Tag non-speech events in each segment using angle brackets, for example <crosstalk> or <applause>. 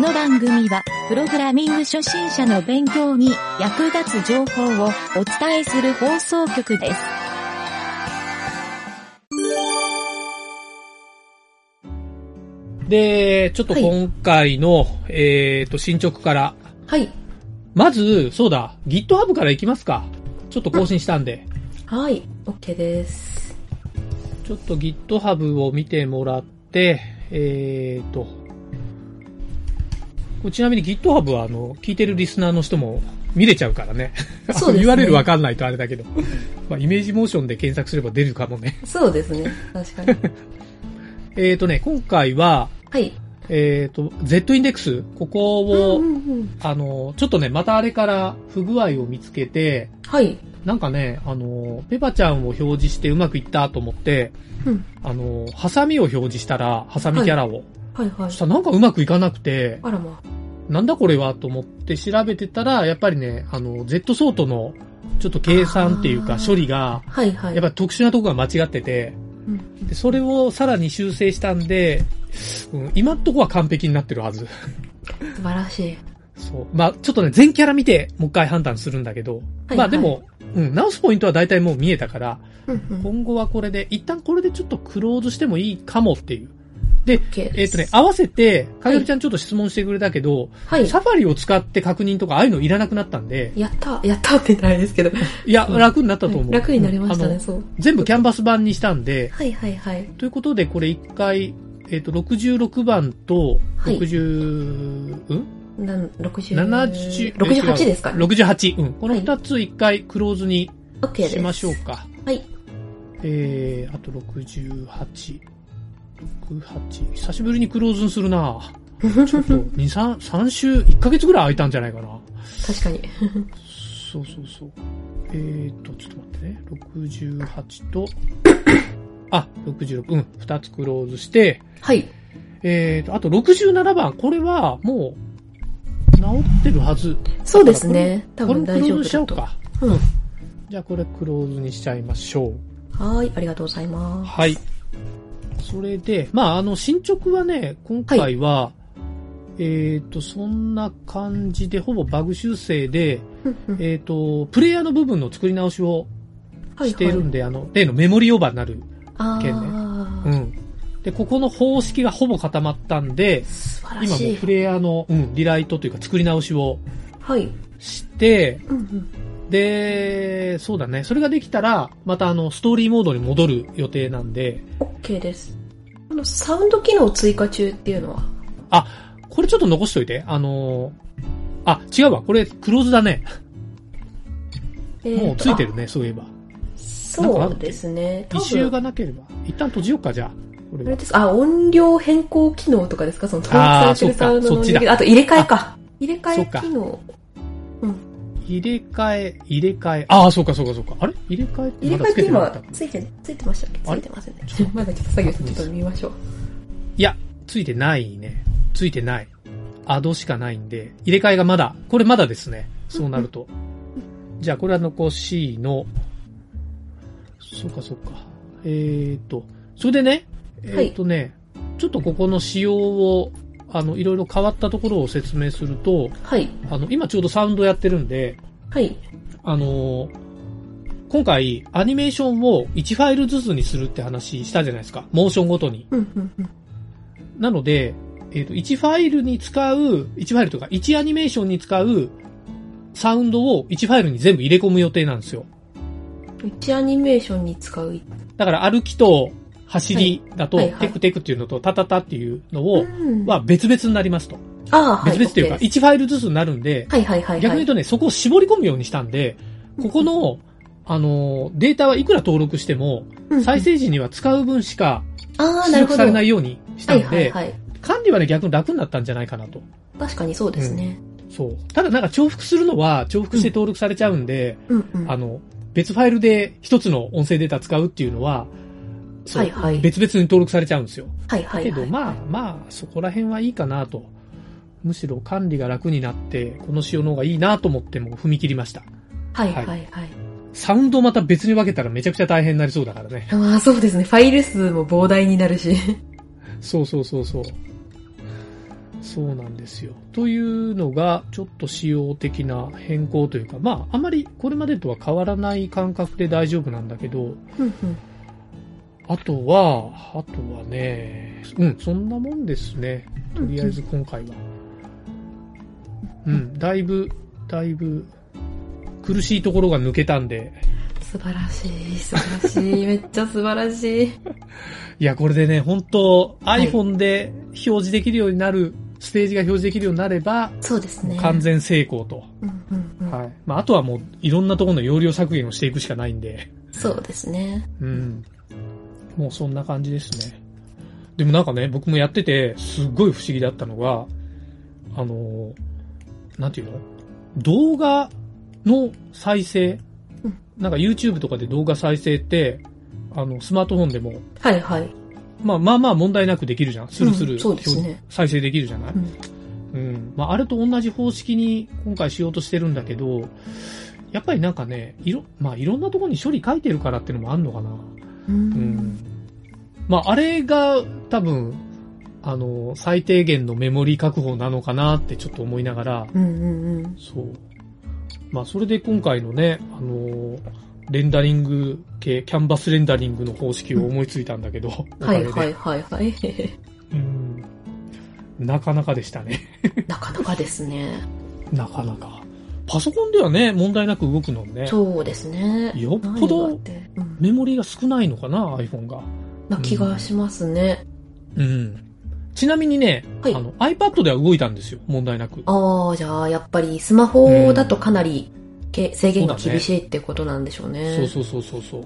の番組は、プログラミング初心者の勉強に役立つ情報をお伝えする放送局です。で、ちょっとはい今回の、えっと、進捗から。はい。まず、そうだ、GitHub から行きますか。ちょっと更新したんで。はい。OK です。ちょっと GitHub を見てもらって、えっと、これちなみに GitHub は、あの、聞いてるリスナーの人も見れちゃうからね。そう <laughs> ですね URL わかんないとあれだけど。 <laughs> まあ、イメージモーションで検索すれば出るかもね。そうですね。確 <laughs> かに。えっとね、今回は、はい。えっ、と、Z インデックス、ここを、うんうんうんあの、ちょっとね、またあれから不具合を見つけて、はい。なんかね、あの、ペパちゃんを表示してうまくいったと思って、うんあの、ハサミを表示したら、ハサミキャラを。はいはいそし。たらなんかうまくいかなくて、あらまなんだこれはと思って調べてたら、やっぱりね、あの、Z ソートの、ちょっと計算っていうあかー処理が、あ。はいはい。やっぱり特殊なとこが間違ってて、うんうんでそれをさらに修正したんで、うん、今んとこは完璧になってるはず。素晴らしい。そう。まあ、ちょっとね、全キャラ見て、もう一回判断するんだけど、はいまあでも、うん、直すポイントは大体もう見えたから、うんうん。今後はこれで、一旦これでちょっとクローズしてもいいかもっていう。で、 OK えでっ、とね、す。合わせて、かよりちゃんちょっと質問してくれたけど、はい。サファリを使って確認とか、ああいうのいらなくなったんで、やった、やったって言ったらあれですけど。いや、うん楽になったと思う。楽になりましたうんね、あのそう。全部キャンバス版にしたんで、はいはいはい。ということで、これ一回、えっ、と、66番と、はい60、うんなん、60 70 68ですかえ違う68。うん。このはい2つ一回クローズに ?OK です。しましょうか。はい。えー、あと68。68。久しぶりにクローズにするな <laughs> ちょっと、2、3、3週、1ヶ月ぐらい空いたんじゃないかな。確かに。そうそうそう。えーと、ちょっと待ってね。68と、 <laughs> あ、66。うん。2つクローズして、はい。えーと、あと67番。これは、もう、治ってるはず。そうですね。多こ分れも大ク丈ロー夫ズしちゃおだうと。か。うん。じゃあこれクローズにしちゃいましょう。はい、ありがとうございます。はい。それで、まあ、あの、進捗はね、今回は、えっ、と、そんな感じで、ほぼバグ修正で、うんうんえっ、と、プレイヤーの部分の作り直しをはいしているんで、あの、例のメモリオーバーになる。あ件ねうーん。で、ここの方式がほぼ固まったんで、素晴ら今もしういプ。レイヤーの、うん、リライトというか作り直しをはい。して、うんうん。で、そうだね。それができたら、またあの、ストーリーモードに戻る予定なんで、 OK です。あの、サウンド機能追加中っていうのはこれちょっと残しといて。あのーあ、違うわ。これ、クローズだね。えーともうついてるね、そういえば。あそうですね。多異臭分、がなければ。一旦閉じようか、じゃあ。こあれれは。です。あ、音量変更機能とかですかその登録されてるあーサウンドそのっかそっち音だ量。あと入れ替えか。入れそっ替かえ機能。入れ替え、入れ替え。ああ、そうか、そうか、そうか。あれ入れ替えって入れま替だえつってけてなか今った。、ついて、ついてましたっけあつれいてますねちょっ。 <laughs> まだちょっと作業してちょっと見ましょう。いや、ついてないね。ついてない。アドしかないんで、入れ替えがまだ、これまだですね。そうなると。じゃあ、これは残しの、そうか、そうか。えーと、それでね、えはいーとね、ちょっとここの仕様を、あの、いろいろ変わったところを説明すると、はい。あの、今ちょうどサウンドやってるんで、はい。あのー今回、アニメーションを1ファイルずつにするって話したじゃないですか。モーションごとに。うんうんうん。なので、えっ、と、1ファイルに使う、1ファイルとか、1アニメーションに使うサウンドを1ファイルに全部入れ込む予定なんですよ。 1アニメーションに使う。だから歩きと走りだと、はいはいはいテクテクっていうのと、タタタっていうのを、んは別々になりますと。ああ、はい。別々というか、 OK です1ファイルずつになるんで、はいはいはいはい。逆に言うとね、そこを絞り込むようにしたんで、ここの、あのー、データはいくら登録しても、うんうん再生時には使う分しかああ、出なるほ力ど。されないようにしたはんいで、はいはい。管理はね、逆に楽になったんじゃないかなと。確かにそうですね。そう。ただなんか重複するのは重複して登録されちゃうんで、うんうん。あの、別ファイルで一つの音声データ使うっていうのは、そう、はいはい別々に登録されちゃうんですよ。はいはだいけはどい。まあまあ、そこら辺はいいかなと。むしろ管理が楽になって、この仕様の方がいいなと思ってもう踏み切りました。はいはいはい。サウンドをまた別に分けたらめちゃくちゃ大変になりそうだからね。ああ、そうですね。ファイル数も膨大になるし。そうそうそうそう。そうなんですよ。というのが、ちょっと仕様的な変更というか、まあ、あまりこれまでとは変わらない感覚で大丈夫なんだけど、うんうん。あとは、あとはね、うん、そんなもんですね。とりあえず今回は。うん、だいぶ、だいぶ、苦しいところが抜けたんで、素晴らしい、素晴らし <laughs> い。めっちゃ素晴らしい。いや、これでね、本当い iPhone で表示できるようになる、ステージが表示できるようになれば、そうですもね。う完全成功と。うんうんうん。はい。まあ、あとはもう、いろんなところの容量削減をしていくしかないんで、そうですね。うん。もうそんな感じですね。でもなんかね、僕もやってて、すっごい不思議だったのが、あのー、なんていうの動画の再生うん。なんか YouTube とかで動画再生って、あの、スマートフォンでも、はいはい。まあまあまあ問題なくできるじゃん。スルスうルんそうですね再生できるじゃない、ううんん、まああれと同じ方式に今回しようとしてるんだけど、やっぱりなんかね、いろ、まあいろんなところに処理書いてるからってのもあんのかな。う。うんん。まああれが多分、あの、最低限のメモリ確保なのかなってちょっと思いながら、うんうんうん。そう。まあ、それで今回のね、あのーレンダリング系、キャンバスレンダリングの方式を思いついたんだけど、おかはげいではいはいはい。うん。なかなかでしたね。 <laughs> なかなかですね。 <laughs> なかなか。パソコンではね、問題なく動くのね。そうですね。よっぽど何があってうんメモリが少ないのかな、iPhone が。な気がしますね。うん。ちなみにね、はいあの、iPad では動いたんですよ、問題なく。ああ、じゃあ、やっぱりスマホだとかなりけ制限が厳しいってことなんでしょうね。そうそうそうそうそう。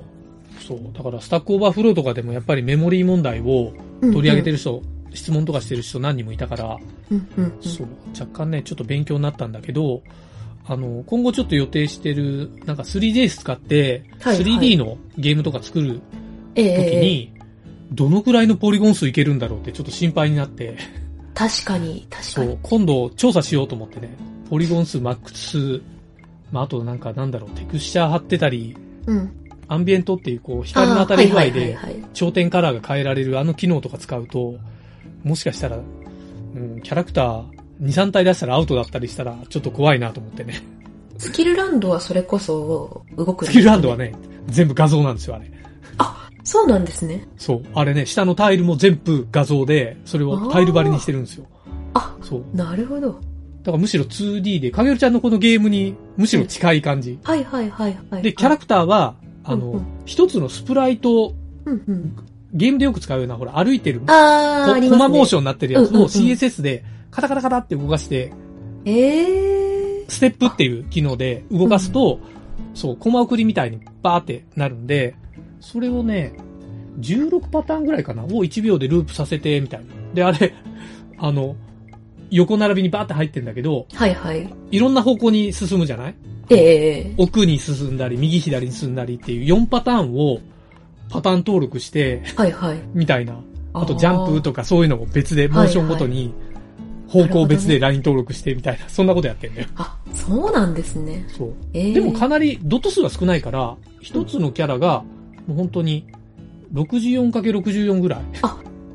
そう。だから、スタックオーバーフローとかでもやっぱりメモリー問題を取り上げてる。る人、質問とかしてる人何人もいたから、うんうんうんそう、若干ね、ちょっと勉強になったんだけど、あの、今後ちょっと予定してる、なんか 3DS 使って、はいはい 3D のゲームとか作るえときえええに、どのくらいのポリゴン数いけるんだろうってちょっと心配になって、確かに、確かそに。う、今度調査しようと思ってね、ポリゴン数、マックス数、まあ、あとなんかなんだろう、テクスチャー貼ってたり、うん。アンビエントっていうこう、光の当たり具合あーはいではいはいはい頂点カラーが変えられるあの機能とか使うと、もしかしたら、うん、キャラクター2、3体出したらアウトだったりしたら、ちょっと怖いなと思ってね。 <laughs> スキルランドはそれこそ動くんですねスキルランドはね、全部画像なんですよ、あれ。そうなんですね。そう。あれね、下のタイルも全部画像で、それをタイル張りにしてるんですよ。あ、そう。なるほど。だからむしろ 2D で、かげるちゃんのこのゲームに、むしろ近い感じ。はいはいはいはい。で、キャラクターは、あうんうのん、一つのスプライト、うんうん。ゲームでよく使うような、ほら、歩いてる、あー、ありコますね。マモーションになってるやつうんうんうをん CSS で、カタカタカタって動かして、ええステップっていう機能で動かすと、そう、コマ送りみたいにバーってなるんで、それをね、16パターンぐらいかなを1秒でループさせて、みたいな。で、あれ、 <laughs> あの、横並びにバーって入ってんだけど、はいはい。いろんな方向に進むじゃないええ奥に進んだり、右左に進んだりっていう4パターンをパターン登録して、はいはい。みたいな。あとージャンプとかそういうのも別で、ーモーションごとにいは方い向別でライン登録してみたいな、そんなことやってんだよ。あ、そうなんですね。そう。ええでもかなりドット数が少ないから、一つのキャラが、もう本当に、64×64 ぐらい。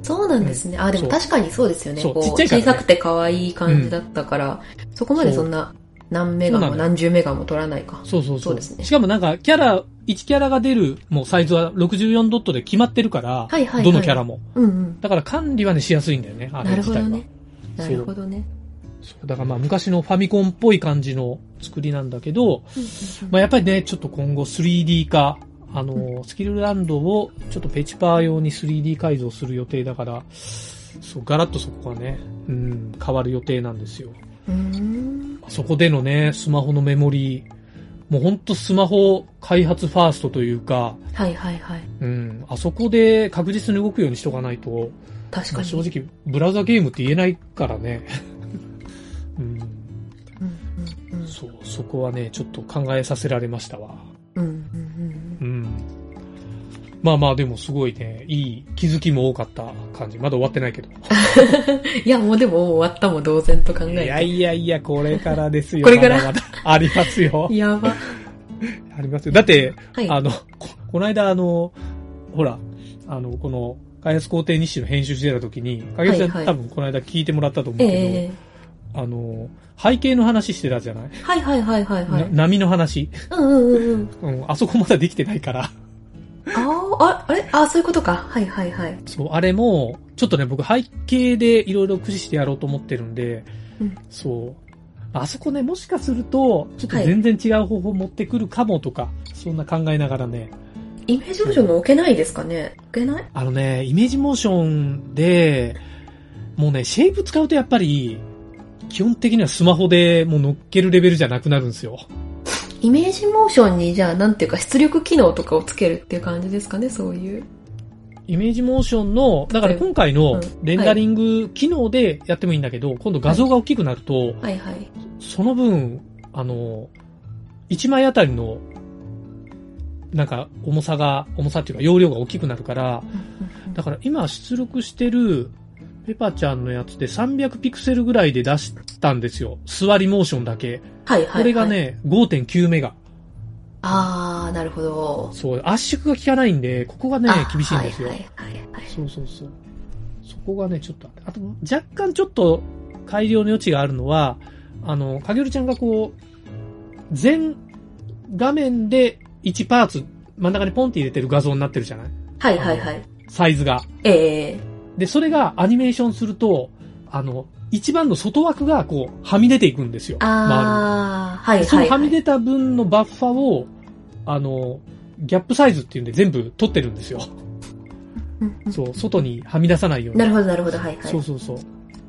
そうなんですね。あ、でそもう確かにそうですよね。そうこうちっちゃいから小ねさくて可愛い感じだったから、そこまでそんな何メガそうもなのよ何十メガも取らないか。そうそうそ。そううですねしかもなんか、キャラ、1キャラが出る、もうサイズは64ドットで決まってるかはいら、はいはいどのキャラも。うんうん。だから管理はね、しやすいんだよね、あなれる自ほ体どは。ね。なるほどね。そう。だからまあ、昔のファミコンっぽい感じの作りなんだけど、うんうんまあ、やっぱりね、ちょっと今後 3D 化、あのースキルランドをちょっとペチパー用に 3D 改造する予定だから、そう、ガラッとそこがね、うん、変わる予定なんですよ。うーん。そこでのね、スマホのメモリー、もうほんとスマホ開発ファーストというか、はいはいはい。うん、あそこで確実に動くようにしとかないと、確かまあに。正直、ブラウザゲームって言えないからね。 <laughs> うんうんうんうんそう、そこはね、ちょっと考えさせられましたわ。うんうんうん。まあまあ、でもすごいね、いい気づきも多かった感じ。まだ終わってないけど。うんいや、もうでも終わったも同然と考いえやて。いやいや、これからですよ。これからまだまだありま <laughs> すよ。やば。ありますよ。だって、はい。あの、ここの間、あの、ほら、あの、この、開発工程日誌の編集してた時に、影吉さん、はいはい多分この間聞いてもらったと思うけど、ええあの、背景の話してたじゃない、はいはいはいはいは。ない波の話、うんうんうんうん。うん。あそこまだできてないから。ああ、ああれあそういうことか。はいはいはい。そう、あれも、ちょっとね、僕背景でいろいろ駆使してやろうと思ってるんで、うんそう。あそこね、もしかすると、ちょっとはい全然違う方法持ってくるかもとか、そんな考えながらね、イメージモーションも置けないですかね置けないあのね、イメージモーションで、もうね、シェイプ使うとやっぱり、基本的にはスマホでもう乗っけるレベルじゃなくなるんですよ。イメージモーションにじゃあなんていうか出力機能とかをつけるっていう感じですかねそういう。イメージモーションの、だから今回うんのはいレンダリング機能でやってもいいんだけど、今度画像が大きくなると、はいはい。その分、あの、1枚あたりの、なんか重さが、重さっていうか容量が大きくなるから、だから今出力してる、ペパちゃんのやつで300ピクセルぐらいで出したんですよ。座りモーションだけ。はいはい、はこい。れが。ね、5.9メガ。あー、なるほど。そう、圧縮が効かないんで、ここがねあ、厳しいんですよ。はいはいはいはい。そうそうそう。そこがね、ちょっとあって、あと、若干ちょっと改良の余地があるのは、あの、かげるちゃんがこう、全画面で1パーツ真ん中にポンって入れてる画像になってるじゃないはいはいはい。サイズが。ええで、それがアニメーションすると、あの、一番の外枠がこう、はみ出ていくんですよ。周あー、はりいにそはのい、ははみい。出た分のバッファを、あの、ギャップサイズっていうんで全部取ってるんですよ。うんうんそう、外にはみ出さないように。なるほどなるほど。はいはい。そうそうそう。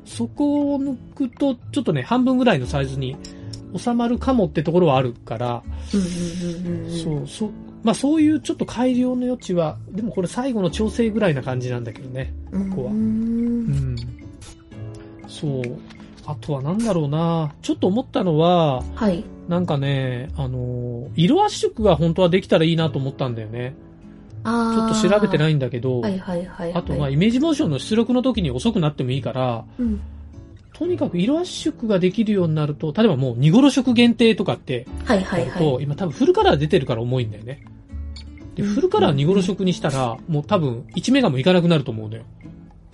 そこを抜くと、ちょっとね、半分ぐらいのサイズに収まるかもってところはあるから、うんうんうんうん。そう、そう、まあそういうちょっと改良の余地は、でもこれ最後の調整ぐらいな感じなんだけどね。うん。ここはうんうん。そう。あとはなんだろうなちょっと思ったのは、はい。なんかね、あのー色圧縮が本当はできたらいいなと思ったんだよね。ちょあっー。と調べてい。ないんだけど、はいはいはい、はい。あとまあイメージモーションの出力の時に遅くなってもいいから、うん。とにかく色圧縮ができるようになると、例えばもう、ニゴロ色限定とかってはいはやいると、はい。今多分フルカラー出てるから重いんだよね。で、うんフルカラーニゴロ色にしたら、もう多分1メガもいかなくなると思うのよ。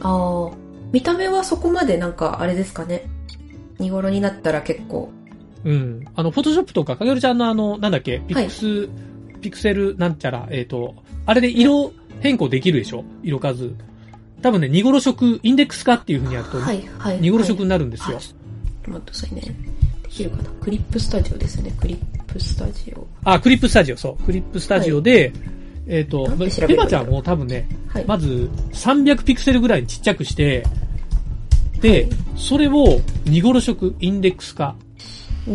ああ。見た目はそこまでなんかあれですかね。見頃になったら結構。うん。あの、フォトショップとか、かげるちゃんのあの、なんだっけ、ピクス、ピクセルなんちゃら、えっ、と、あれで色変更できるでしょ色数。多分ね、ニゴロ色、インデックス化っていう風にやると、はいはい。ニゴロ色はいになるんですよ。あちょっと待ってくださいね。できるかな。クリップスタジオですね。クリップスタジオ。あ、クリップスタジオ、そう。クリップスタジオで、えっ、なんて調と、べれペばいいマんちだゃろうんも多分ね、はい。まず300ピクセルぐらいにちっちゃくして、で、それをニゴロ色インデックス化。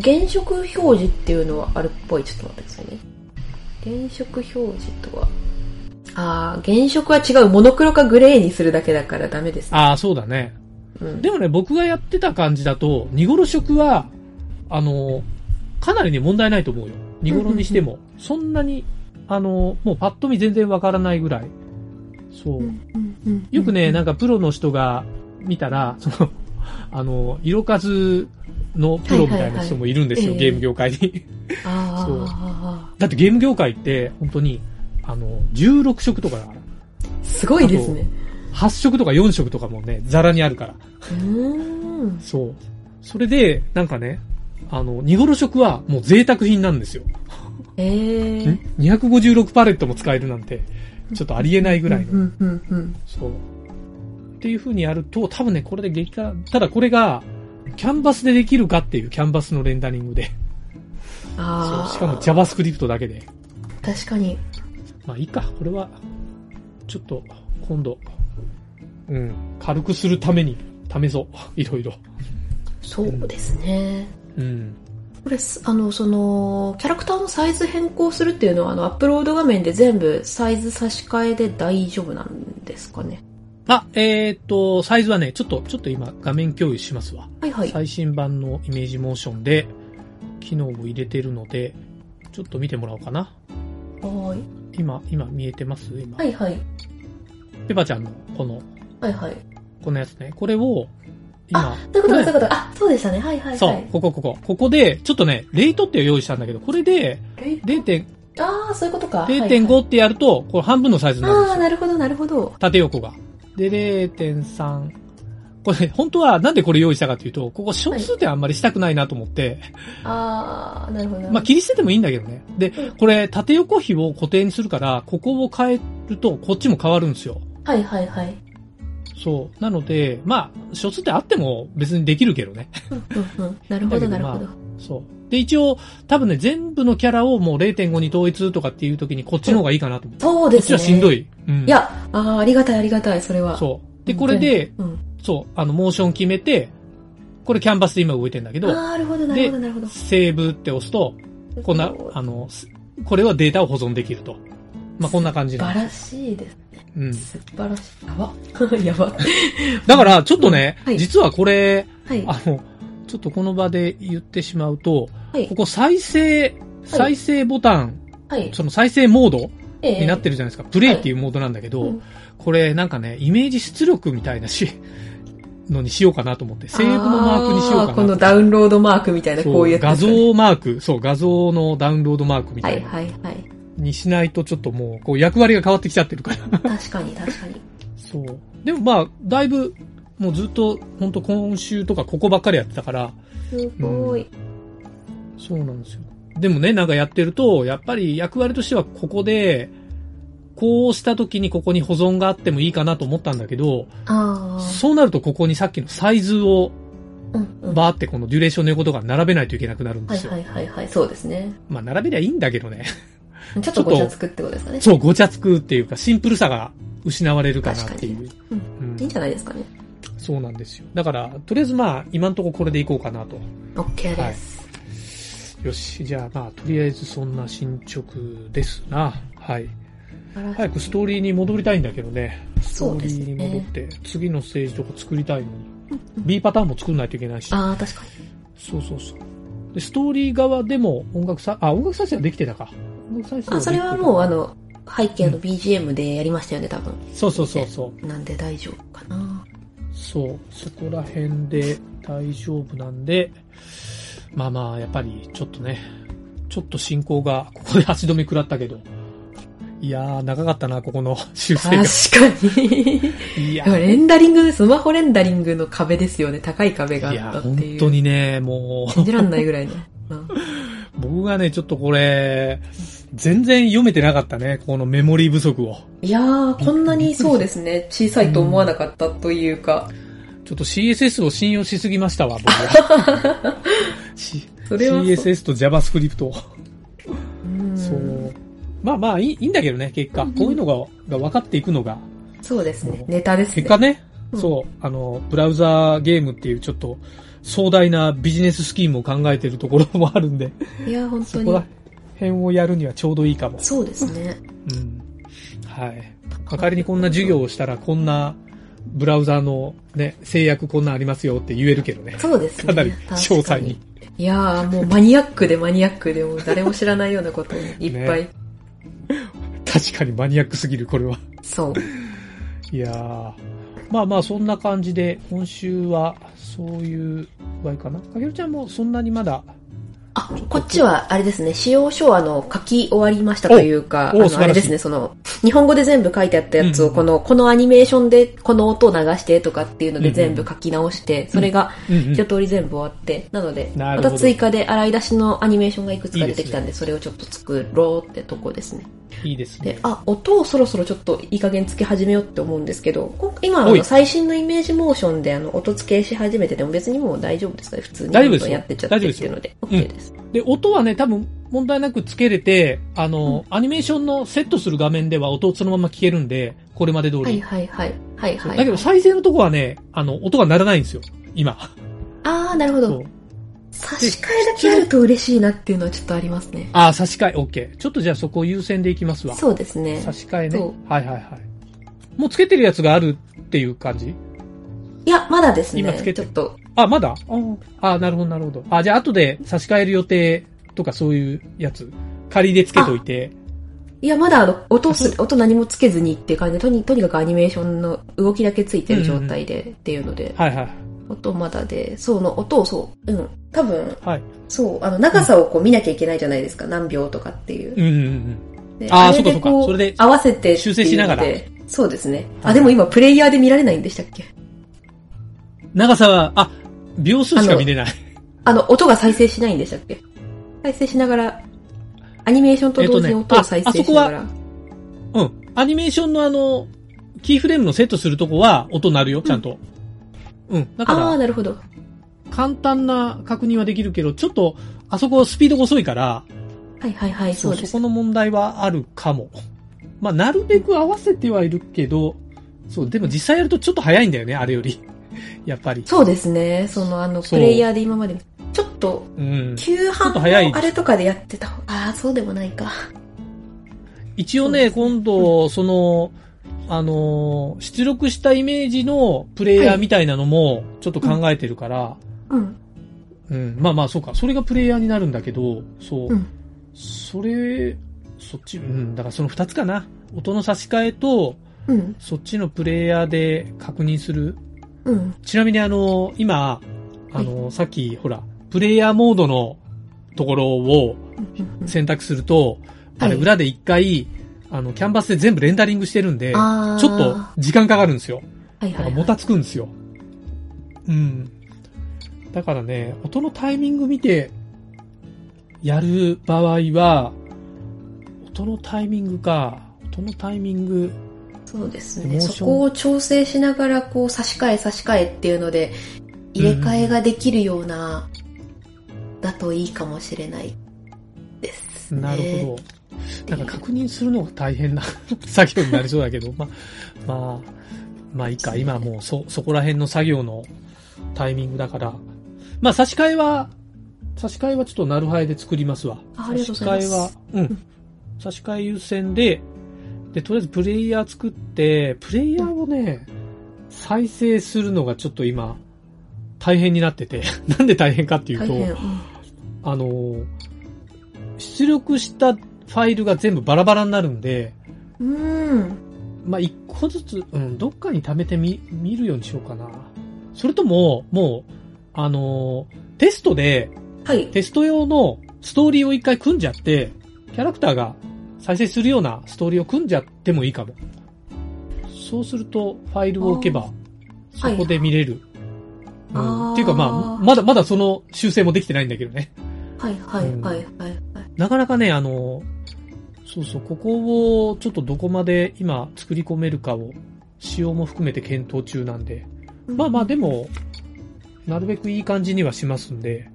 原色表示っていうのはあるっぽい。ちょっと待ってくださいね。原色表示とは。ああ、原色は違う。モノクロかグレーにするだけだからダメです。ああ、そうだね。うん。でもね、僕がやってた感じだと、ニゴロ色は、あの、かなりね、問題ないと思うよ。ニゴロにしても。そんなに、あの、もうパッと見全然わからないぐらい。そうう。んうんうんよくね、なんか、かプロの人が見たら、その、あの、色数のプロみたいな人もいるんですよ、はいはいはいええゲーム業界に。あだってゲーム業界って、本当に、あの、16色とかだから、あ、すごいですね。 8色とか4色とかもね、ザラにあるから。うーん。そう。それで、なんかね、あの、ニゴロ色はもう贅沢品なんですよ。ええん256パレットも使えるなんて、ちょっとありえないぐらいのう。んうんうんそう。っていう風にやると、多分ね、これで激化、ただこれが、キャンバスでできるかっていうキャンバスのレンダリングで。そああ。うしかも JavaScript だけで。確かに。まあいいか、これは、ちょっと、今度、うん、軽くするために、試そう。 <laughs> いろいろ。そうですね。うん。これ、すあの、その、キャラクターのサイズ変更するっていうのは、あの、アップロード画面で全部サイズ差し替えで大丈夫なんですかね。あ、えーっと、サイズはね、ちょっと、ちょっと今、画面共有しますわ。はいはい。最新版のイメージモーションで、機能を入れてるので、ちょっと見てもらおうかな。はい。今、今見えてます今。はいはい。ペパちゃんの、この、はいはい。このやつね。これを、今あ、ということこだ、れということだ。あ、そうでしたね。はいはいはい。そう、ここ、ここ。ここで、ちょっとね、レイトって用意したんだけど、これで、え0.5ああ、そういうことか。はいはい0.5ってやると、これ半分のサイズになるんでああ、すよ。なるほど、なるほど。縦横が。で、0.3。これ、本当はなんでこれ用意したかというと、ここ小数点あんまりしたくないなと思って、あー、なるほど。まあ、切り捨ててもいいんだけどね。で、これ、縦横比を固定にするから、ここを変えると、こっちも変わるんですよ。はいはいはい。そう。なので、まあ、小数点あっても別にできるけどね。うんうん。なるほどなるほど。そう。で、一応、多分ね、全部のキャラをもう0.5に統一とかっていう時に、こっちの方がいいかなと思って。そうこでっすちね。はしんどい。い。うい、ん。や、あー、ありがたいありがたい、それは。そう。で、これで、うん。そう、あの、モーション決めて、これキャンバスで今動いてんだけあー、ど、なるほどなるほどなるほど。セーブって押すと、こんな、あの、すこれはデータを保存できると。まあ、こんな感じ素な晴んらしいです。うん。素晴らしい。 <laughs> やば。やば。だから、ちょっとね、はい実はこれ、はい。あの、ちょっとこの場で言ってしまうと、はいここ再生、再生ボタン、はい。その再生モードええになってるじゃないですか。プレイっていうモードなんだけど、うんこれなんかね、イメージ出力みたいなし、のにしようかなと思って、セーブのマークにしようかなとあーこのダウンロードマークみたいな、そうこういうや画つですよね、像マーク、そう、画像のダウンロードマークみたはいいな、はいはい。にしないとちょっともう、こう役割が変わってきちゃってるから。確かに確かに。 <laughs> そう。でもまあ、だいぶ、もうずっと、ほんと今週とかここばっかりやってたから、すごい。そうなんですよ。でもね、なんかやってると、やっぱり役割としてはここで、こうした時にここに保存があってもいいかなと思ったんだけど、ああ。そうなるとここにさっきのサイズをうんうん。バーってこのデュレーションの横とかに並べないといけなくなるんではいすよ。はいはいはい。そうですね。まあ並べりゃいいんだけどね。 <laughs> ちょっとごちゃつくってことですかね。そう、ごちゃつくっていうか、シンプルさが失われるかなっていうう。うんいいんじゃないですかね。そうなんですよ。だから、とりあえずまあ、今んとここれでいこうかなと。 OK です。よし、じゃあまあ、とりあえずそんな進捗ですな。はい。はい早くストーリーに戻りたいんだけどね。ストそうーでリすーねに戻って、次のステージとか作りたいのに。B パターンも作んないといけないし。ああ、確かに。そうそうそう。で、ストーリー側でも音楽さ、あ、音楽再生はできてたか。音楽再生あ、できてたそれはもう、あ、の、背景の BGM でやりましたよね、多分。そうそうそうそう。なんで大丈夫かな。そう、そこら辺で大丈夫なんで、まあまあ、やっぱりちょっとね、ちょっと進行が <laughs> ここで足止め食らったけど、いやー、長かったな、ここの <laughs> 修正が。確かに。いや、レンダリング、スマホレンダリングの壁ですよね。高い壁がいあやったっていう。本当。にね、も信じらんないぐらいの。うんう、 <laughs> 僕がね、ちょっとこれ、全然読めてなかったね、このメモリー不足を。いやー、こんなにそうですね、小さいと思わなかったというか、ちょっと CSS を信用しすぎましたわ、僕は。C- <laughs> それはそう CSS と JavaScript を。うんそう。まあまあいい、いいんだけどね、結果。こういうのが、が分かっていくのが。そうですね、ネタですね。結果ね、うんそう、あの、ブラウザーゲームっていうちょっと壮大なビジネススキームを考えてるところもあるんで、いやー、本当そこにら。辺をやるにはちょうどいいかも。そうですね。うん。はい。かかりにこんな授業をしたらこんなブラウザーのね、制約こんなんありますよって言えるけどね。そうですね。 <laughs> かなり確か詳細に。。いやー、もうマニアックでマニアックで、もう誰も知らないようなことをいっぱい。確かにマニアックすぎる、これは。そう。いやー。まあまあ、そんな感じで、今週は、そういう場合かな。かけるちゃんもそんなにまだ、あ、こっちは、あれですね、使用書は、あの、書き終わりましたというか、あおおの、素晴らしいあれですね、その、日本語で全部書いてあったやつうんを、うんこの、このアニメーションで、この音を流してとかっていうのうんうでん全部書き直して、それが、うんうん一通り全部終わって、なので、なるまほどた追加で洗い出しのアニメーションがいくつか出てきたんいで、それをちょっと作ろうってとこですね。いいですねで。、あ、音をそろそろちょっといい加減つけ始めようって思うんですけど、こ今、あおの、い最新のイメージモーションで、あの、音付けし始めてても別にもう大丈夫ですかね普通に。大丈夫ですよやってっちゃってっていうので、丈夫ですよ OK です。で、音はね、多分問題なくつけれて、あの、アニメーションのセットする画面では音をそのまま聞けるんで、これまで通り。はいはいはい。はいはい。だけど、再生のとこはね、あの、音が鳴らないんですよ、今。あー、なるほそどう。。差し替えだけあると嬉しいなっていうのはちょっとありますね。あー、差し替え、OK。ちょっとじゃあそこを優先でいきますわ。そうですね。差し替えねそ。はいはいはい。もうつけてるやつがあるっていう感じいや、まだですね今つけ。てちょっと、あ、まだあーあー、なるほどなるほど。あ、じゃあ後で差し替える予定とかそういうやつ、仮でつけといて。いや、まだあの、音す、音何もつけずにっていう感じで、とにとにかくアニメーションの動きだけついてる状態でっていうので、はいはい。音まだで、そうの、音をそう、うん、多分、はい。そう、あの、長さをこう見なきゃいけないじゃないですか、何秒とかっていう。うんうんうん。であーれでそうかそうかこそれで合わせてっていうので修正しながらでそうですね。あ、でも今プレイヤーで見られないんでしたっけ長さは、あ、秒数しか見れない。あの、音が再生しないんでしたっけ再生しながら、アニメーションと同時にえっとね音を再生しながら。うん。アニメーションのあの、キーフレームのセットするとこは音鳴るよ、ちゃんと。うん。だかああー、ら、なるほど。簡単な確認はできるけど、ちょっと、あそこスピードが遅いから、はいはいはい、そそううそです。この問題はあるかも。まあ、なるべく合わせてはいるけど、そう、でも実際やるとちょっと早いんだよね、あれより。 <laughs> やっぱり。そうですね。その、あの、そプうレイヤーで今まで、ちょっと、うん。急ちょ半っと早いでのすあれとかでやってた方ああ、そうでもないか。一応ね、今度、その、あのー出力したイメージのプレイヤーみたいなのも、ちょっと考えてるから、うん。うん、まあまあ、そうか。それがプレイヤーになるんだけど、そう。うんそれ、そっち、うん、だからその二つかな。音の差し替えと、うん。そっちのプレイヤーで確認する。うん。ちなみにあの、今、あの、さっき、ほら、プレイヤーモードのところをうん選択すると、あれはい裏で一回、あの、キャンバスで全部レンダリングしてるんで、ちょあーっと時間かかるんですよ。はいなはんかいもはい。たつくんですよ。うん。だからね、音のタイミング見て、やる場合は、音のタイミングか、音のタイミング、そうですモーね。ションそこを調整しながら、こう、差し替え差し替えっていうので、入れ替えができるような、だといいかもしれないです、ね。なるほど。なんか確認するのが大変な <laughs> 作業になりそうだけど、まあ、まあ、まあいいか、今はもうそ、そこら辺の作業のタイミングだから、まあ差し替えは、差し替えはちょっとなるはえで作りますわ。あありがとうございます差し替えは、うん。差し替え優先で、で、とりあえずプレイヤー作って、プレイヤーをね、再生するのがちょっと今、大変になってて、 <laughs> なんで大変かっていうと、大変。うんあのー出力したファイルが全部バラバラになるんで、うん。まあ、一個ずつ、うん、どっかに貯めてみ、見るようにしようかな。それとも、もう、あのーテストで、はい。テスト用のストーリーを一回組んじゃって、キャラクターが再生するようなストーリーを組んじゃってもいいかも。そうすると、ファイルを置けば、そーこで見れる。うはいん、あーっていうか、まあ、まだ、まだその修正もできてないんだけどね。はいはいはいはいはい。なかなかね、あの、そうそう、ここをちょっとどこまで今作り込めるかを、仕様も含めて検討中なんで。まあまあ、でも、なるべくいい感じにはしますんで。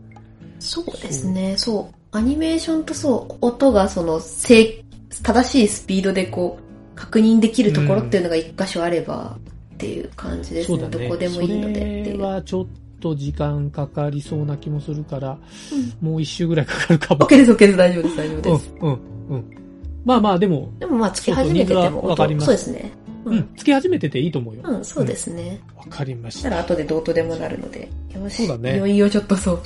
そうですね、そう。アニメーションとそう、音がその、正、正しいスピードでこう、確認できるところっていうのが一箇所あれば、っていう感じですそうね。だどね。こでもいいのでってい。そうれはちょっと時間かかりそうな気もするから、もう一周ぐらいかかるかも。 OK です、OK です、大丈夫です、大丈夫うです。ん、うん、うん。まあまあ、でも、でもまあ、つき始めててそうそうもわかりますそうですね。う、うんんつけ始めてていいと思うよ。うん、そうですね。わかりまししたた。ら後でどうとでもなるので。よし。そうだねいよいよちょっとそう、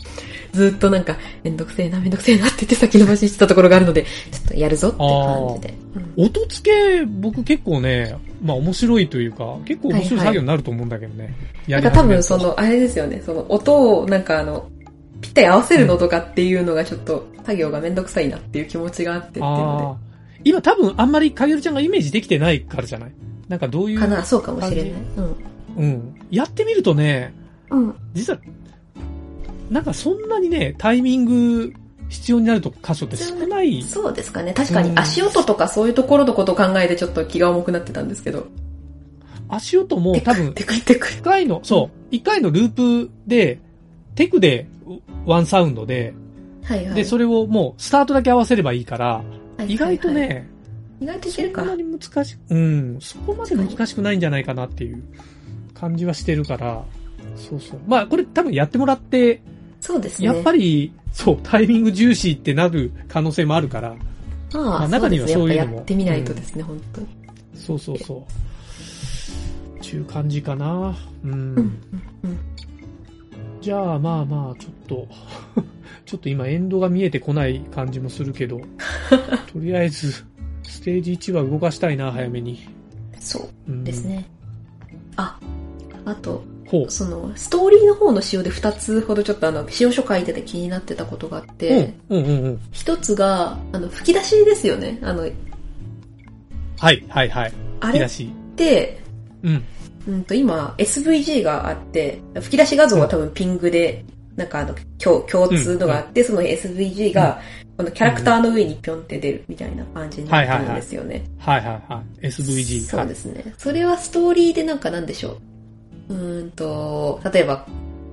ずっとなんか、めんどくせえな、めんどくせえなって言って先延ばししてたところがあるので、ちょっとやるぞって感じで。うん音付け、僕結構ね、まあ面白いというか、結構面白い作業になると思うんだけどね。やなんりか始多め分るとその、あれですよね、その音をなんかあの、ぴったり合わせるのとかっていうのがちょっと作業がめんどくさいなっていう気持ちがあってっていうあのあ今多分あんまりかげるちゃんがイメージできてないからじゃないなんかどういで。かう、な、そうかもしれない。うん。うん。やってみるとね、うん。実は、なんかそんなにね、タイミング必要になると箇所って少ない。そうですかね。確かうにん足音とかそういうところのことを考えてちょっと気が重くなってたんですけど。足音もテ多分ク、テクテク。一回の、そう、一回のループで、テクでワンサウンドで、はいはい。で、それをもうスタートだけ合わせればいいから、はいはいはい意外とね、。意外といけるそんなか。に難しく、うん、そこまで難しくないんじゃないかなっていう感じはしてるから、そうそう。まあ、これ多分やってもらって、そうですね。やっぱり、そう、タイミング重視ってなる可能性もあるから、ままああ、中にはそういうやのもっぱやってみないとですね、本当に。そうそうそう。ちゅう感じかな。うん。うんうんじゃあ、まあまあ、ちょっと、 <laughs> ちょっと今エンドが見えてこない感じもするけ <laughs> ど、とりあえず、ステージ1は動かしたいな、早めに。そううん、です。ね。あ、あと、ほう。その、ストーリーの方の仕様で2つほどちょっとあの、仕様書書いてて気になってたことがあって、うん、うん、うんうん。一つが、あの、吹き出しですよね。あの、はい、はい、はい。あ引き出れ、し。って、うん。うんと今 SVG があって、吹き出し画像は多分ピングで、なんかあの共共通のがあって、その SVG が、このキャラクターの上にピョンって出るみたいな感じになってるんですよね。はいはいはい。SVG。。そうですすね。それはストーリーでなんかなんでしょう。うーんと、例えば、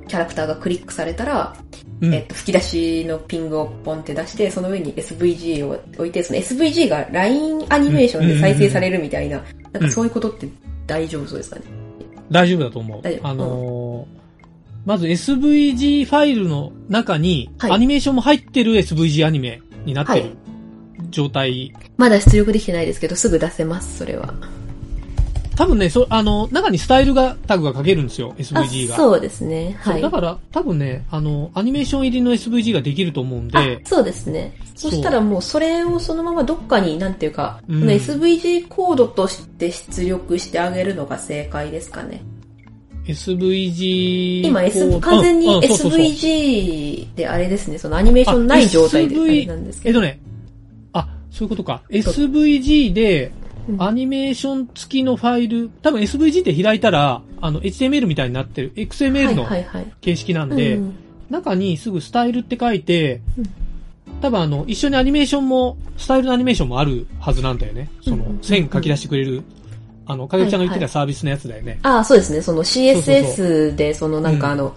キャラクターがクリックされたら、うんえっと、吹き出しのピングをポンって出して、その上に SVG を置いて、その SVG が LINE アニメーションで再生されるみたいな、なんかそういうことって大丈夫そうですかね。大丈夫だと思う大丈。夫あのーまず SVG ファイルの中に、はいアニメーションも入ってる SVG アニメになっはている。状態。まだ出力できてないですけど、すぐ出せます、それは。多分ね、そあの、中にスタイルが、タグが書けるんですよ、あ SVG が。そうですね。そうはい。だから、多分ね、あの、アニメーション入りの SVG ができると思うんあで、そうですね。そそうしたらもうそれをそのままどっかに、なんていうか、うんこの SVG コードとして出力してあげるのが正解ですかね。 SVG 今、こ S、う完全にうんうんそうそうそう SVG であれですね、そのアニメーションない状態であ SV あれなんですえけっど。とね、あ、そういうことか。そう SVG でう、んアニメーション付きのファイル、多分 SVG って開いたら、あの、HTML みたいになってる、XML のはいはいはい。形式なんで、うん中にすぐスタイルって書いてうん、多分あの、一緒にアニメーションも、スタイルのアニメーションもあるはずなんだよね。そうんうんうのん、うん線書き出してくれる、あの、かげちゃんが言ってたサービスのやつだよね。ああ、そうですね、そのそうそ CSS で、そのなんかあの、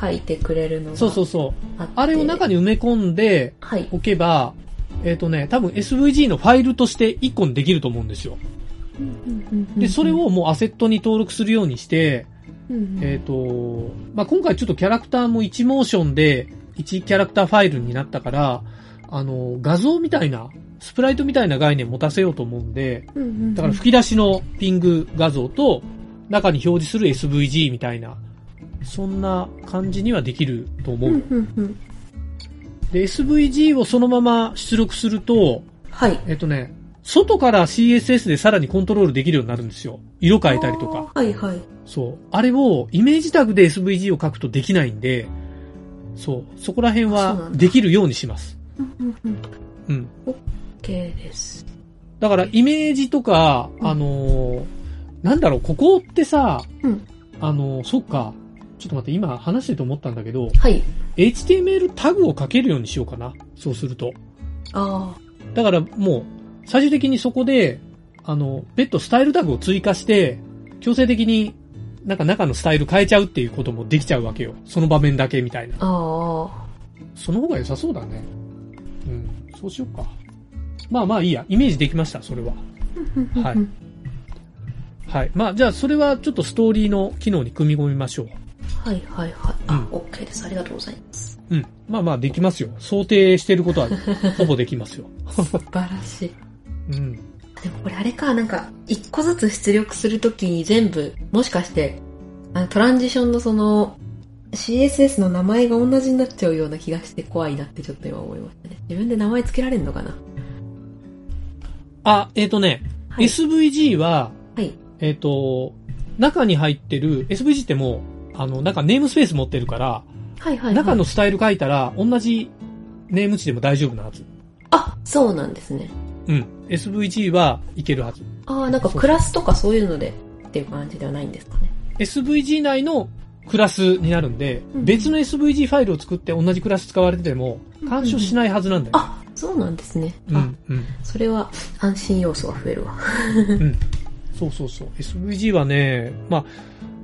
書いてくれるのがそうそうそう。あって。あれを中に埋め込んではい。おけば、えっ、とね、多分 SVG のファイルとして1個にできると思うんですよ。で、それをもうアセットに登録するようにして、うんうん、えっ、と、まあ、今回ちょっとキャラクターも1モーションで1キャラクターファイルになったから、あの、画像みたいな、スプライトみたいな概念持たせようと思うんで、うんうんうんだから吹き出しのピング画像と中に表示する SVG みたいな、そんな感じにはできると思うう。んうんうん。で、SVG をそのまま出力すると、はい。えっとね、外から CSS でさらにコントロールできるようになるんですよ。色変えたりとか。あー。はいはい。そう。あれをイメージタグで SVG を書くとできないんで、そう。そこら辺そうなはんだできるようにします。うんうんうん。うん。 OK です。だからイメージとか、うんあのーなんだろう、ここってさ、うんあのーそっか。ちょっと待って、今話してて思ったんだけど、はい。 HTML タグを書けるようにしようかな。そうすると。あだからもう、最終的にそこで、あの、別途スタイルタグを追加して、強制的になんか中のスタイル変えちゃうっていうこともできちゃうわけよ。その場面だけみたいなあ。。あその方が良さそうだね。うん、そうしようか。まあまあいいや。イメージできました、それは。あ。 <laughs> はいはい。まあじゃあそれはちょっとストーリーの機能に組み込みましょう。はいはいはい。うあん、 OK です。ありがとうございます。うん。まあまあできますよ。想定してるこ <laughs> とはほぼできますよ。素晴らしい。うん。でもこれあれか、なんか、一個ずつ出力するときに全部、もしかして、あのトランジションのその、CSS の名前が同じになっちゃうような気がして怖いなってちょっと今思いましたね。自分で名前つけられるのかなあ、えっ、とね、はい。 SVG は、はい。えっ、と、中に入ってる、SVG ってもう、あの、なんかネームスペース持ってるから、はいはい、はい。中のスタイル書いたら、同じネーム値でも大丈夫なはず。あ、そうなんですね。うん。SVG はいけるはず。ああ、なんかクラスとかそういうのでっていう感じではないんですかね。 SVG 内のクラスになるんで、うん別の SVG ファイルを作って同じクラス使われてても、干渉しないはずなんだよ。あ、そうなんですね。うあん、うん。それは安心要素が増えるわ。そうそうそう。SVG はね、まあ、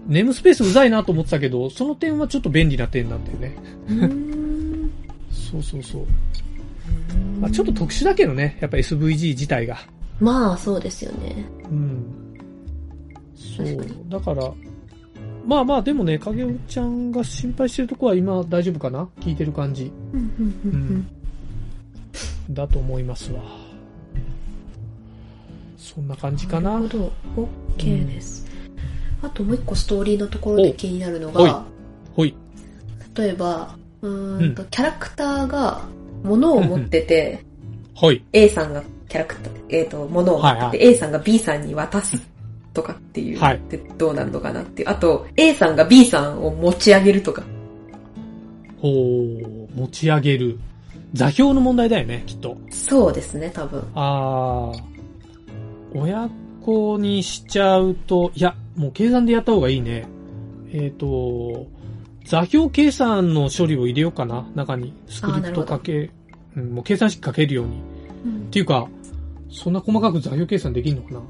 ネームスペースうざいなと思ってたけど、その点はちょっと便利な点なんだよね。うーんそうそうそう。まあ、ちょっと特殊だけどね、やっぱ SVG 自体が。まあ、そうですよね。うん。そう確かに。だから、まあまあ、でもね、影尾ちゃんが心配してるとこは今大丈夫かな聞いてる感じ。んだと思いますわ。そんな感じかな。なるほど。OK です。あともう一個ストーリーのところで気になるのおはいが、ほい。例えば、うーんと、キャラクターが物を持ってて、はい。 A さんがキャラクター、えっ、と、物を持ってて、はいは A さんが B さんに渡すとかっていう、はいでどうなるのかなっていう。あと、A さんが B さんを持ち上げるとか。ほー、持ち上げる。座標の問題だよね、きっと。そうですね、多分。あー、親こにしちゃうと、いや、もう計算でやった方がいいね。えっ、と、座標計算の処理を入れようかな、中に。スクリプトかけ、うん、もう計算式かけるように。うんっていうか、そんな細かく座標計算できるのかな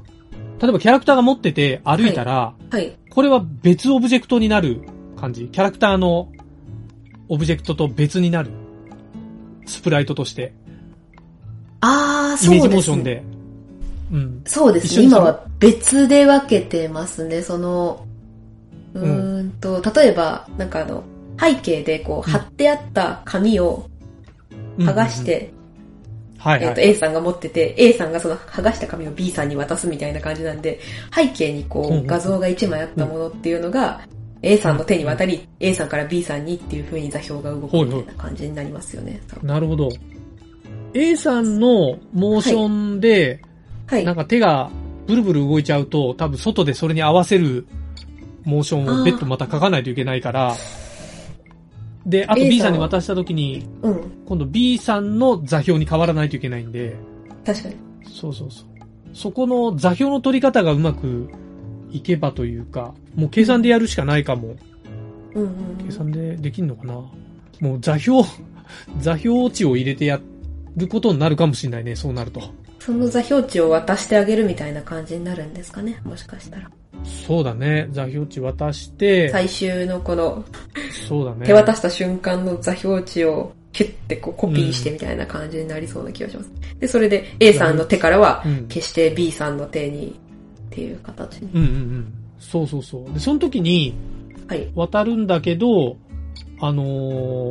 例えばキャラクターが持ってて歩いたら、はい。これは別オブジェクトになる感じ。キャラクターのオブジェクトと別になる。スプライトとして。ああ、イそうメですね。ージモーションで。うん。そうです一緒ね。にそ今のは別で分けてますね。その、うーんと、例えば、なんかあの、背景でこう、うん貼ってあった紙を剥がしうんて、うんうん。はいえはっと、い。 A さんが持ってて、A さんがその剥がした紙を B さんに渡すみたいな感じなんで、背景にこうんうんう、画像が1枚あったものっていうのが、A さんの手に渡り、A さんから B さんにっていう風に座標が動くみたいな感じになりますよね。多分なるほど。A さんのモーションで、はいなん。か手がブルブル動いちゃうと、多分外でそれに合わせるモーションを別途また書かないといけないから、で、あと A B ささんんはに渡した時に、うん。今度 B さんの座標に変わらないといけないんで、確かに。そうそうそう。そこの座標の取り方がうまくいけばというか、もう計算でやるしかないかも。うんうん計算でできんのかなもう座標、 <laughs> 座標値を入れてやることになるかもしれないね、そうなると。その座標値を渡してあげるみたいな感じになるんですかね。もしかしたら。そうだね、座標値渡して、最終のこのそうだね。手渡した瞬間の座標値をキュッてこうコピーしてみたいな感じになりそうな気がします。で、それで A さんの手からはうん決して B さんの手にっていう形に。うんうんうん。そうそうそう。で、その時にはい。渡るんだけど、あの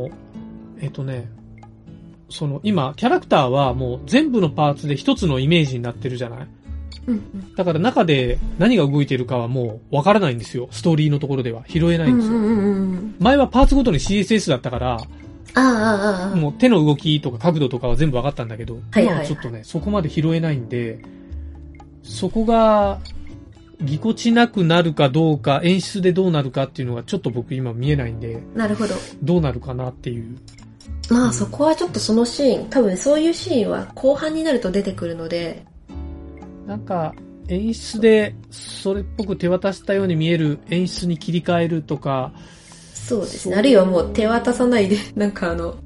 ーえっとね、その今、キャラクターはもう全部のパーツで一つのイメージになってるじゃないうんうんだから中で何が動いてるかはもうわからないんですよ。ストーリーのところでは。拾えなういんんですうよ。んうんうん。前はパーツごとに CSS だったから、ああ、ああ、ああ。もう手の動きとか角度とかは全部わかったんだけど、はいはいはい今はちょっとね、そこまで拾えないんで、そこが、ぎこちなくなるかどうか、演出でどうなるかっていうのがちょっと僕今見えないんで、なるほど。どうなるかなっていう。まあそこはちょっとそのシーン、多分そういうシーンは後半になると出てくるので、なんか、演出で、それっぽく手渡したように見える演出に切り替えるとか、そうですね。あるいはもう手渡さないで、 <laughs> なんかあの、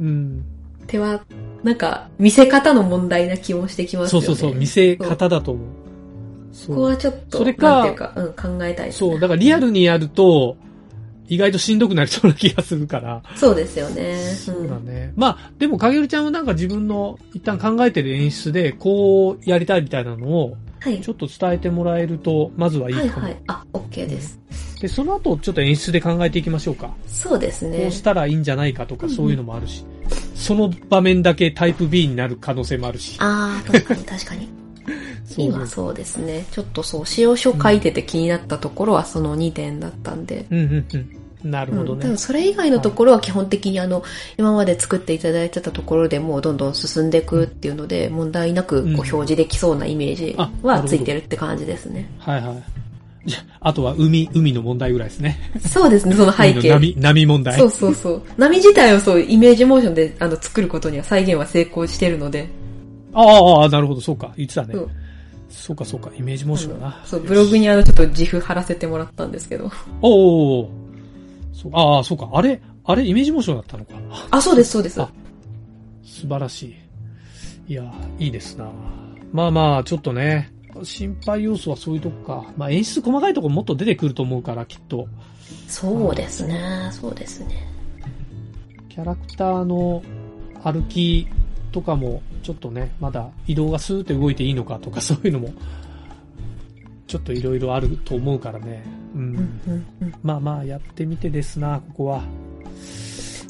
うん、手は、なんか見せ方の問題な気もしてきますそようね。そうそう、見せ方だと思う。そここうはちょっと、それかなんていうか、うん、考えたい。そう、だからリアルにやると、意外としんどくなりそうな気がするから。そうですよね。そうだん、ね。まあ、でも、かげるちゃんはなんか自分の一旦考えてる演出で、こうやりたいみたいなのを、はいち。ょっと伝えてもらえると、まずはいいはいかも。はい。あ、OK です。で、その後、ちょっと演出で考えていきましょうか。そうですこねう。したらいいんじゃないかとか、うんうんそういうのもあるし、その場面だけタイプ B になる可能性もあるし。ああ、確かに確 <laughs> かに。そう今そうですね。ちょっとそう、使用書書いてて気になったところはその2点だったんで。うんうんうん。なるほどうん、多ね分。それ以外のところは基本的にあの、今まで作っていただいてたところでもうどんどん進んでいくっていうので、問題なくこううん表示できそうなイメージあなるはほどついてるって感じですね。はいはい。じゃあ、あとは海、海の問題ぐらいですね。そうですね、その背海の景。波、波問題。そうそうそう。波自体をそう、イメージモーションであの作ることには再現は成功してるので、ああああ、なるほど、そうか。言ってたね。そうそうか、そうか。イメージモーションだな。そう、ブログにあの、ちょっと自負貼らせてもらったんですけど。おうおうおうそうああ、そうか。あれ、あれ、イメージモーションだったのか。 <laughs> あ、そうです、そうです。あ素晴らしい。いや、いいですな。まあまあ、ちょっとね。心配要素はそういうとこか。まあ演出細かいとこもっと出てくると思うから、きっと。そうですね、そうですね。キャラクターの歩きとかも、ちょっとね、まだ移動がスーって動いていいのかとか、そういうのも、ちょっといろいろあると思うからね。ううんん、うん、うん。まあまあやってみてですな、ここは。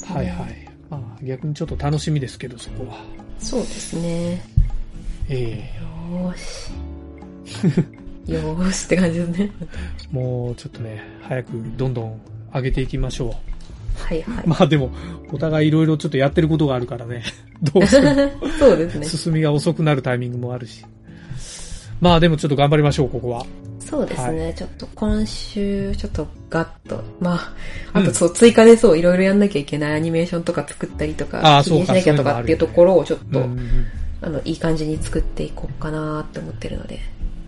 はいはい。まあ逆にちょっと楽しみですけど、そこは。そうですね。えよー <laughs> し。よーしって感じですね。えもうちょっとね、早くどんどん上げていきましょはいはう。 <laughs> まあでも、お互いいろいろちょっとやってることがあるからね、どうしてもい。そうですね。進みが遅くなるタイミングもあるし。まあでもちょっと頑張りましょう、ここは。そうですね。ちょっと今週、ちょっとガッと。まあ、うんあとそう、追加でそう、いろいろやんなきゃいけないアニメーションとか作ったりとあか、ーそ記うか事しなきゃとかっていうところをちょっと、うんうんうんあの、いい感じに作っていこうかなーって思ってるので。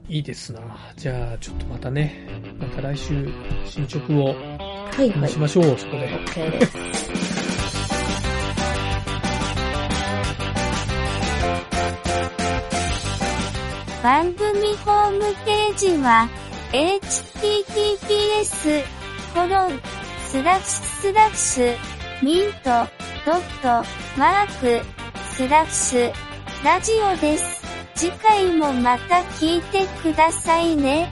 いいですな。じゃあ、ちょっとまたね、また来週、進捗をはいは話いし。ましょう、そこで。 OK です。番組ホームページは、https, コロン、スラッシュスラッシュ、ミント、ドット、マーク、スラッシュ、ラジオです。次回もまた聞いてくださいね。